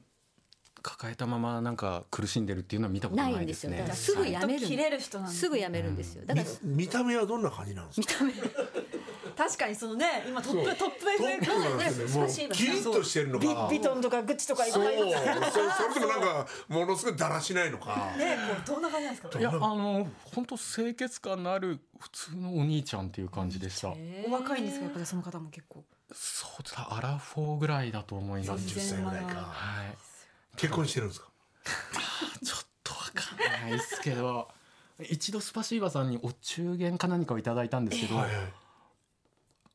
S5: 抱えたままなんか苦しんでるっていうのは見たことないですね
S4: ないんですよだからすぐやめる
S3: 切れる人なんです
S4: すぐやめるんですよだか
S2: み
S4: ら
S2: 見た目はどんな感じなんですか
S3: 確かにそのね今トップトップ
S2: トッ
S3: FM
S2: プなんです よねもう
S4: スパシーバさん
S2: キリッとしてるのか
S3: ビビトンとかグッチとかいっぱ
S2: そう
S3: いね
S2: そそれともなんかものすごいだらしないのか
S3: こうどんな感じなんですか
S5: いやあの本当清潔感のある普通のお兄ちゃんっていう感じでした
S3: お若いんですかやっぱりその方も結構
S5: そうだアラフォーぐらいだと思います
S2: 30歳ぐらいか
S5: はい
S2: 結婚してるんですか
S5: ちょっとわかんないですけど 一度スパシーバさんにお中元か何かをいただいたんですけど、
S2: はいはい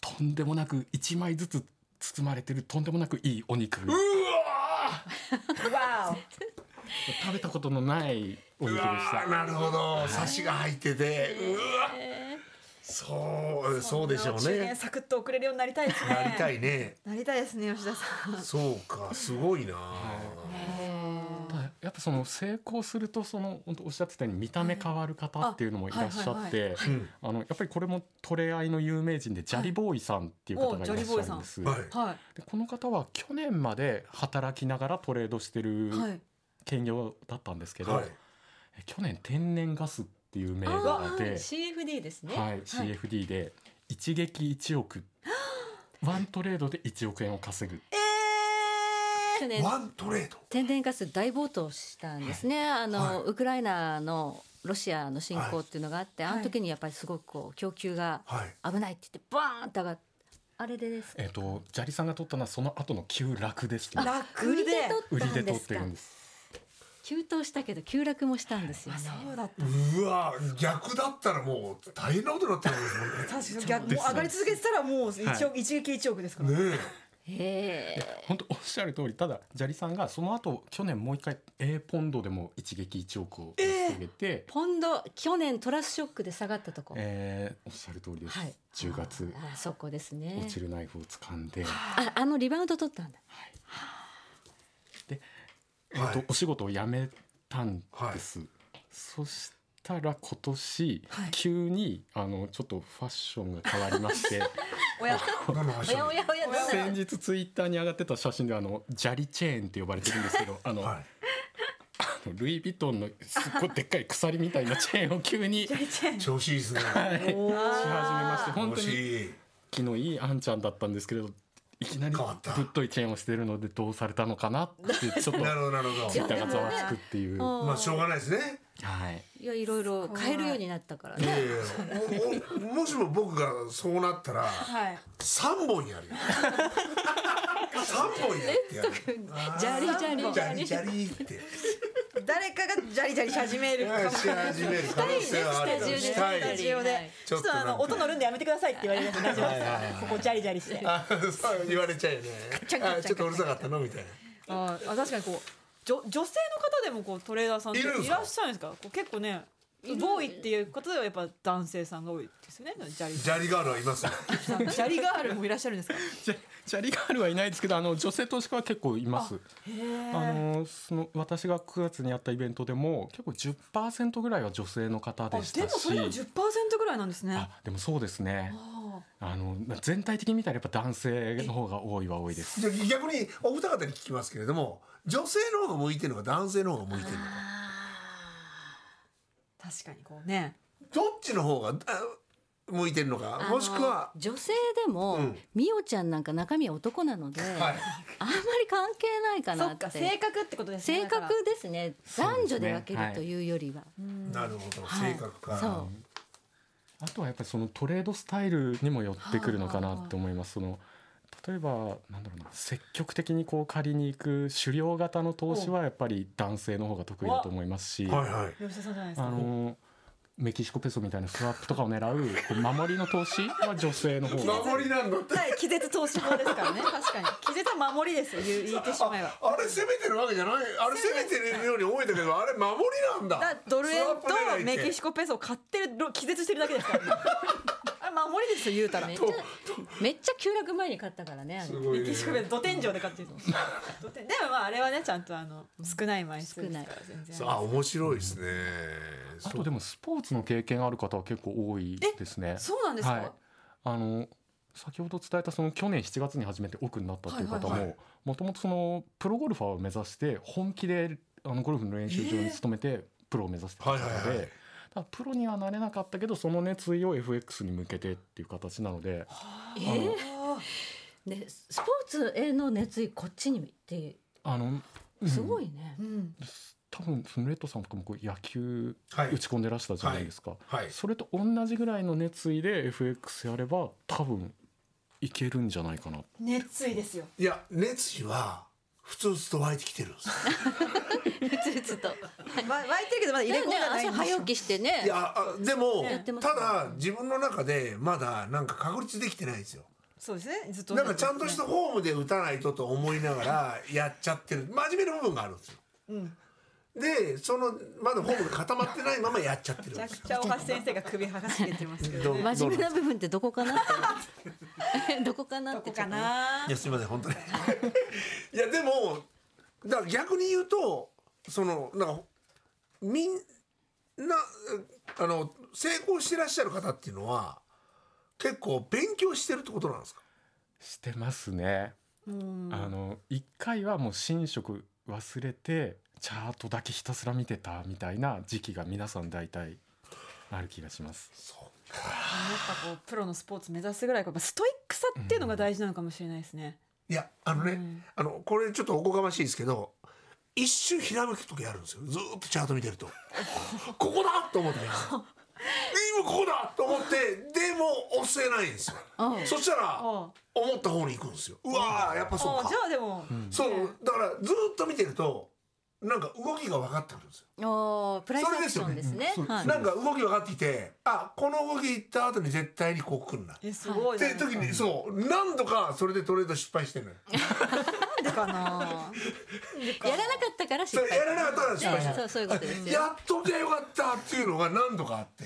S5: とんでもなく1枚ずつ包まれてるとんでもなくいいお肉食
S3: わ
S5: べたことのないお
S2: う
S5: 肉でし
S2: わ
S5: た
S2: ーなるほどサシが入っててうわそうそうでしょうね
S3: サクッと送れるようになりたいですね
S2: なりたいね
S3: なりたいですね吉田さん
S2: そうかすごいな
S5: ただやっぱその成功するとその本当おっしゃってたように見た目変わる方っていうのもいらっしゃって
S2: うん
S5: あのやっぱりこれもトレアイの有名人でジャリボーイさんっていう方がいらっしゃるんです。
S2: はい
S3: はい
S5: でこの方は去年まで働きながらトレードしてる
S3: はい
S5: 兼業だったんですけど、
S2: はい
S5: え去年天然ガスっていう銘柄で、
S4: CFD ですね、
S5: はい、CFD で一撃一億、ワントレードで一億円を稼ぐ。
S4: 去年
S2: ワントレード
S4: 天然ガス大暴騰したんですね、あの、
S2: はい
S4: ウクライナのロシアの侵攻っていうのがあって、
S3: はい
S4: あの時にやっぱりすごくこう供給が
S2: はい
S4: 危ないって言ってバーンって上がっあれでです
S5: えっ、と砂利さんが取ったのはその後の急落ですね。
S4: 売
S3: 楽で
S4: りで
S5: 売
S4: 取
S5: り
S4: った
S5: で
S4: んで
S5: 取っ
S4: す
S5: て
S4: か
S5: るんです。
S4: 急騰したけど急落もしたんですよね
S3: そうだった
S2: うわ逆だったらもう大変なことになってるんですもんね
S3: 確かに逆もう上がり続けてたらもう一億、
S5: は
S3: 一撃一億ですから、
S2: ね
S4: へえ
S5: 本当おっしゃる通りただ砂利さんがその後去年もう一回 A ポンドでも一撃一億を成し遂げて、
S4: ポンド去年トラスショックで下がったとこ、
S5: えーおっしゃる通りです、
S4: はい
S5: 10月
S4: あそこですね
S5: 落ちるナイフを掴んで、
S4: ああのリバウンド取ったんだ
S5: えーと
S2: はい
S5: お仕事を辞めたんです、そしたら今年、
S3: はい
S5: 急にあのちょっとファッションが変わりまして
S3: おや
S2: え何の話
S4: おやおやおや
S3: お
S5: 先日ツイッターに上がってた写真であの砂利チェーンって呼ばれてるんですけどあの、
S2: はい
S5: あのルイ・ヴィトンのすっごいでっかい鎖みたいなチェーンを急にし
S2: 調子いいですね
S5: 始めまして本
S2: 調
S5: 当
S2: 子
S5: に
S2: いい
S5: 気のいいあんちゃんだったんですけれどいきなり
S2: 変わった
S5: ぶっといチェーンをしてるのでどうされたのかな ってちょっと
S2: なるほどなるほ
S5: ツイ
S2: ど
S5: ッターがざわつくっていう、は
S2: まあしょうがないですね
S5: い、
S4: いやいろいろ変えるようになったから
S2: いや
S4: ね
S2: いやおおもしも僕がそうなったら
S3: はい
S2: 三本やるよ三本やってやる
S4: ジャリジャリ
S2: ジャリジャリって
S3: 誰かがジャリジャリし始めるかも
S2: し始める可能性はある
S4: スタジオで
S2: したい
S4: スタ
S3: ジオでち
S2: ち
S3: ょ
S2: ょ
S3: っ
S2: っ
S3: と
S2: と
S3: あ
S2: なんか
S3: の音乗るんでやめてくださいって言われるんで大丈夫で
S2: は
S3: す
S2: いはいはい
S3: ここジャリジャリして
S2: あそう言われちゃうよね
S3: ちゃんかちゃんか
S2: あちょっとうるさかったのみたい
S3: ああ確かにこう女女性の方でもこうトレーダーさんって
S2: いるんです
S3: い
S2: から
S3: っしゃるんですかこう結構ねボーイっていうことではやっぱ男性さんが多いですよねジャリ
S2: なジャリガールはいますね
S3: さ んジャリガールもいらっしゃるんですか
S5: じゃじゃリガールはいないですけどあの女性投資家は結構いますあ
S3: へえ
S5: のその私が9月にやったイベントでも結構10%ぐらいは女性の方
S3: で
S5: で
S3: も
S5: したし
S3: それでも10%ぐらいなんですね
S5: あでもそうですねあの全体的に見たらやっぱ男性の方が多いは多いです
S2: じゃあ逆にお二方に聞きますけれども女性の方が向いてるのか男性の方が向いてるのか
S3: 確かにこうね
S2: どっちの方があ向いてるのかもしくは
S4: あの女性でも、
S2: うん
S4: みおちゃんなんか中身は男なので、
S2: はい
S4: あんまり関係ないか
S3: そ
S4: な
S3: っ
S4: って
S3: か性格ってことですね
S4: 性
S3: だ
S4: 格
S3: か
S4: ですね
S5: うですね
S4: 男女で分け
S5: は
S4: る
S5: い
S4: というよりは、
S2: なるほど
S4: はい
S2: 性格か
S4: そう
S5: あとはやっぱりそのトレードスタイルにも寄ってくるのかなって思います。その例えばなんだろうな積極的にこう借りに行く狩猟型の投資はやっぱり男性の方が得意だと思いますし、
S2: はいはい
S6: 吉田さんじゃないです
S5: あ
S6: か。
S5: のメキシコペソみたいなスワップとかを狙うこう守りの投資は女 性の方が
S2: 守りなんだって
S6: 対気絶投資法です からね。確かに。気絶は守りですよ。言う言ってしまえば。
S2: あれ攻めてるわけじゃないあれ攻めてるように思えたけどあれ守りなんだ
S6: だドル円とメキシ
S2: コ
S6: コペソを買ってる気絶してるだけです からね。あれ守りですよ言うたら。
S4: めっ
S6: メ
S4: ちゃめっちゃ急落前に買ったからねあれ
S2: すごいね
S6: キシコペソド天井で買ってる。ド天でもまああれはねちゃんとあの少ない枚数ですから全然。
S2: さあ面白いですね
S5: あとでもスポーツの経験ある方は結構多いですね。
S6: そうなんです
S5: はい
S6: か。、
S5: あの先ほど伝えたその去年7月に初めて奥になったという方
S2: はいはいは
S5: ももともとそのプロゴルファーを目指して本気であのゴルフの練習場に勤めてプロを目指してきたので、
S2: はいはいはい
S5: だからプロにはなれなかったけどその熱意を FX に向けてっていう形なので
S4: え
S5: あの
S4: ねスポーツへの熱意こっちにって
S5: あの、うん
S4: すごいね、
S6: うん。
S5: 多分そのレッドさんとかもこう野球
S2: はい
S5: 打ち込んでらしたじゃないですか、
S2: はい
S5: それと同じぐらいの熱意で FX やれば多分いけるんじゃないかな
S6: 熱意ですよ。
S2: いや熱意は普通ずっと湧いてきてるんです
S4: ずっと
S6: わ湧いてるけどまだ入れ込んでないん
S4: 朝
S6: ですよ
S4: 早起きしてね
S2: いやあでも
S4: やってます
S2: ただ自分の中でまだなんか確立できてないんですよ
S6: そうですね。ずっと。
S2: なんかちゃんとしたフォームで打たないとと思いながらやっちゃってる真面目な部分があるんですよ
S6: うん。
S2: でそのまだフォームが固まってないままやっちゃってるん
S6: め
S2: で
S6: ちゃ
S2: す
S6: く
S2: よ。
S6: ちゃ大橋先生が首はがしげてますけどね。
S4: 真面目な部分ってどこかなってどこかな
S6: ど
S4: って
S6: こ
S4: ちょっ
S6: か
S4: と
S6: ない
S2: やすいません本当にいやでもだから逆に言うとそのなんかみんなあの成功してらっしゃる方っていうのは結構勉強してるってことなんですか
S5: してますね。
S6: うん
S5: あの1回はもう寝食忘れてチャートだけひたすら見てたみたいな時期が皆さん大体ある気がします。
S6: やっぱこうプロのスポーツ目指すぐらいやっぱストイックさっていうのが大事なのかもしれないですね。
S2: いやあのね、
S6: うん
S2: あのこれちょっとおこがましいですけど一瞬ひらめく時あるんですよずーっとチャート見てるとここだと思って今ここだと思ってでも押せないんですよ
S4: うん
S2: そしたら
S6: ああ
S2: 思った方に行くんですようわーやっぱそ
S6: あ
S2: う
S6: あ
S2: か
S6: じゃあでも、
S2: そうだからずーっと見てるとなんか動きが分かってくるんですよ
S4: おープライスアクションですね
S5: それですよね
S4: はい
S2: なんか動き分かってきてあこの動き行った後に絶対にこう来るなっ
S6: えすごいじゃな
S2: て
S6: いですか
S2: 時にそう何度かそれでトレード失敗してるのよ
S6: なんでかな。
S4: やらなかったから失
S2: それ
S4: 敗
S2: やらなかったら失敗した
S4: ええそうそういうことですよ
S2: やっときゃよかったっていうのが何度かあって。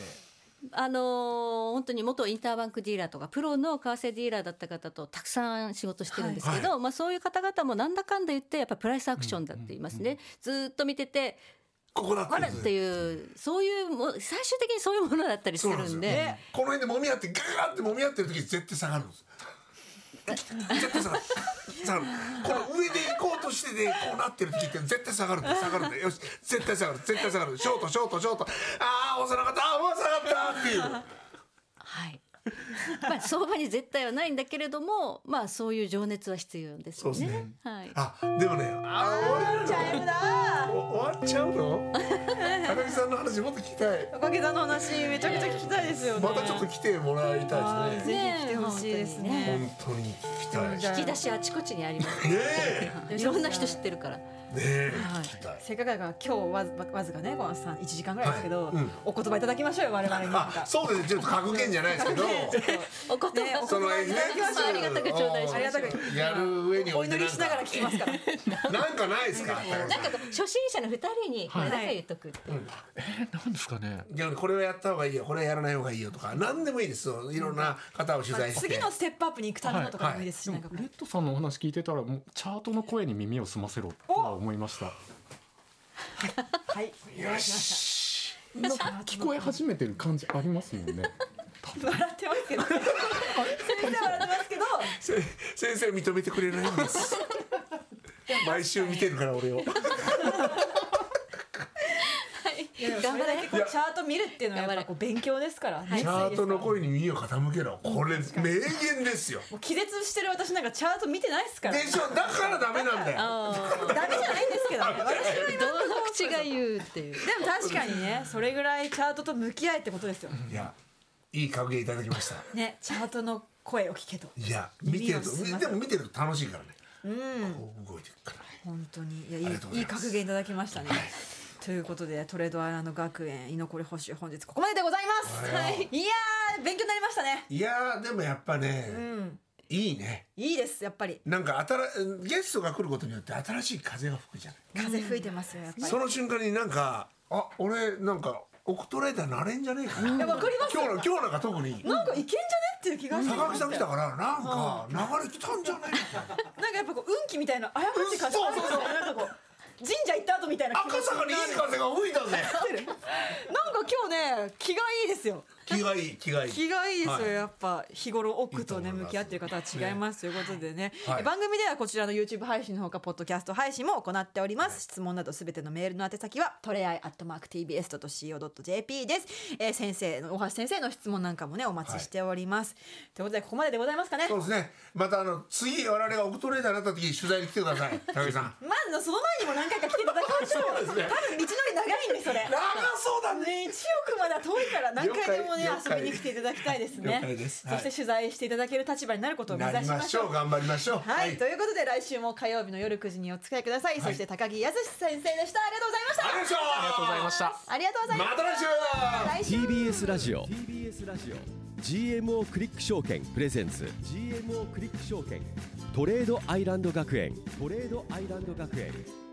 S4: あのー本当に元インターバンクディーラーとかプロの為替ディーラーだった方とたくさん仕事してるんですけど、まあ、そういう方々もなんだかんだ言ってやっぱプライスアクションだって言いますね、ずーっと見てて
S2: ここだ
S4: あらっ
S2: ってていう。
S4: いうそういうも最終的にそういうものだったりす
S2: そう
S4: る
S2: なんです
S4: ん
S2: よ。
S4: で
S2: ねこの辺で揉み合ってガーって揉み合ってる時絶対下がるんです。絶対下がる。下がる。この上で行こうとしててこうなってる時って絶対下がるんだよ下がるんだよよし絶対下がる絶対下がるショートショートショートああ押さなかったああもう下がったっていう。
S4: はい。まあ相場に絶対はないんだけれども、 まあそういう情熱は必要ですよね。
S2: そうですね
S4: はい。
S2: あでもねあ
S6: チ
S2: 終わ
S6: ャイムだ
S2: り。終わっちゃうの？高木さんの話もっと聞きたい。
S6: おかげさんの話めちゃくちゃ聞きたいですよね。
S2: またちょっと来てもらいたいですね。
S6: ぜひ来てほしいですね
S4: ね
S2: 本当に聞きたい。ね
S4: 引き出しあちこちにあります。
S2: え。
S4: いろんな人知ってるから。
S2: ねえ、
S4: はい
S2: 聞きたい。
S6: せっかくだから今日わずわずかねこのさん一時間ぐらいですけど、
S2: はいうん
S6: お言葉いただきましょうよ我々になん
S2: あ、
S6: か。
S2: そうですね。ちょっと格言じゃない ですけど、
S4: お言
S6: ね
S4: 葉
S2: その
S4: あり
S2: FX
S4: がたく頂戴し
S6: あり
S4: ま
S6: が
S4: しょ
S6: た
S4: う
S6: く。
S2: やる上に
S6: お祈りしながら聞きますから。
S2: なんかないですか。高木
S4: なん
S2: さ
S4: かこう初心者の二人に
S5: はい
S4: 何か言っとくっていう。
S5: えなんですかね。
S2: んいやこれはやった方がいいよ、これはやらない方がいいよとか、何でもいいですよ。いろんな方を取材して。
S6: 次のステップアップに行くためのとかでもいいですし、
S5: でも
S6: なんかこ
S5: レ
S6: う
S5: ッドさんのお話聞いてたらもうチャートの声に耳を澄ませろとは思いま した。
S6: はい。
S2: よし。
S5: なんか聞こえ始めてる感じありますもんね。
S6: 笑ってますけど。先生笑ってますけど。
S2: せ先生認めてくれ ないんです。毎週見てるから俺を。
S4: 頑張れ
S6: そだけこうチャート見るっていうのはやっぱこう勉強ですから。熱
S2: チ
S6: 意ですから
S2: ャートの声に耳を傾けろ。これ名言ですよ。
S6: もう気絶してる私なんかチャート見てないですから。
S2: で
S6: ダ
S2: しょ。だからダメなんだよ。
S4: あ
S6: メじゃないんです けどね。私は
S4: あ、どの口が言うっていう。
S6: でも確かにね、それぐらいチャートと向き合えってことですよ。
S2: いや、いい格言いただきました
S6: ねチャートの声を聞けと
S2: いや見てると
S6: 耳を澄ませ
S2: でも見てると楽しいからね
S6: うん
S2: こう動いてるから
S6: 本当にいやい
S2: ありがとうござい
S6: いいい
S2: ます
S6: 格言いただきましたね、ということでトレードアイランド学園居残り補修本日ここまででございます、
S2: はい
S6: はい、いやー勉強になりましたね
S2: いやーでもやっぱ
S6: う
S2: ね
S6: ん
S2: いいね
S6: いいですやっぱり
S2: なんか新ゲストが来ることによって新しい風が吹くじゃない
S6: 風吹いてますよやっぱり
S2: その瞬間になんかあ俺なんかオクトレーダーなれんじゃねえかな、
S6: いやわかります
S2: 今日の今日なんか特に
S6: なんかいけんじゃねっていう気がして
S2: 高木さん来たからなんか流れ来たんじゃねえか な
S6: なんかやっぱこう運気みたいな誤って感じ
S2: そうそうそう
S6: なんかこう神社行った後みたいな気持
S2: 赤
S6: ち
S2: 坂にいい風が吹いた ぜ
S6: なんか今日ね気がいいですよ
S2: 気がいい気がいい
S6: 気がいいですよ、
S2: はい
S6: やっぱ日頃奥と
S2: いいと思
S6: ね
S2: います
S6: 向き合っている方は違いますということでね、
S2: はい
S6: 番組ではこちらの YouTube 配信のほかポッドキャスト配信も行っております、質問などすべてのメールの宛先はトレアイアットマーク TBS.CO.JP です、えー、先生の大橋先生の質問なんかもねお待ちしております、ということでここまででございますかね
S2: そうですねまたあの次我々がオクトレーダーになった時に取材に来てくださ い高木さん
S6: まずのその前にも何回か来ていただきましたよ多分道のり長いんでそれ
S2: 長そうだね
S6: ね、1億までは遠いから何回でもね
S2: 了解
S6: 遊びに来ていただきたいですね
S2: 了解です
S6: そして取材していただける立場になることを目
S2: な
S6: 指
S2: り
S6: し
S2: ま
S6: ま
S2: し
S6: しょう
S2: ょう頑張りましょう
S6: はい、
S2: はい
S6: ということで来週も火曜日の夜9時にお使いください、そして高木康先生でしたありがとうございました
S2: ありがとうございました
S5: ありがとうございました
S6: ありがとうございま
S2: また来週
S6: し
S1: TBS
S6: た来週
S1: ラジオ TBS ラジオ GMO クリック証券プレゼンツ GMO クリック証券トレードアイランド学園トレードアイランド学園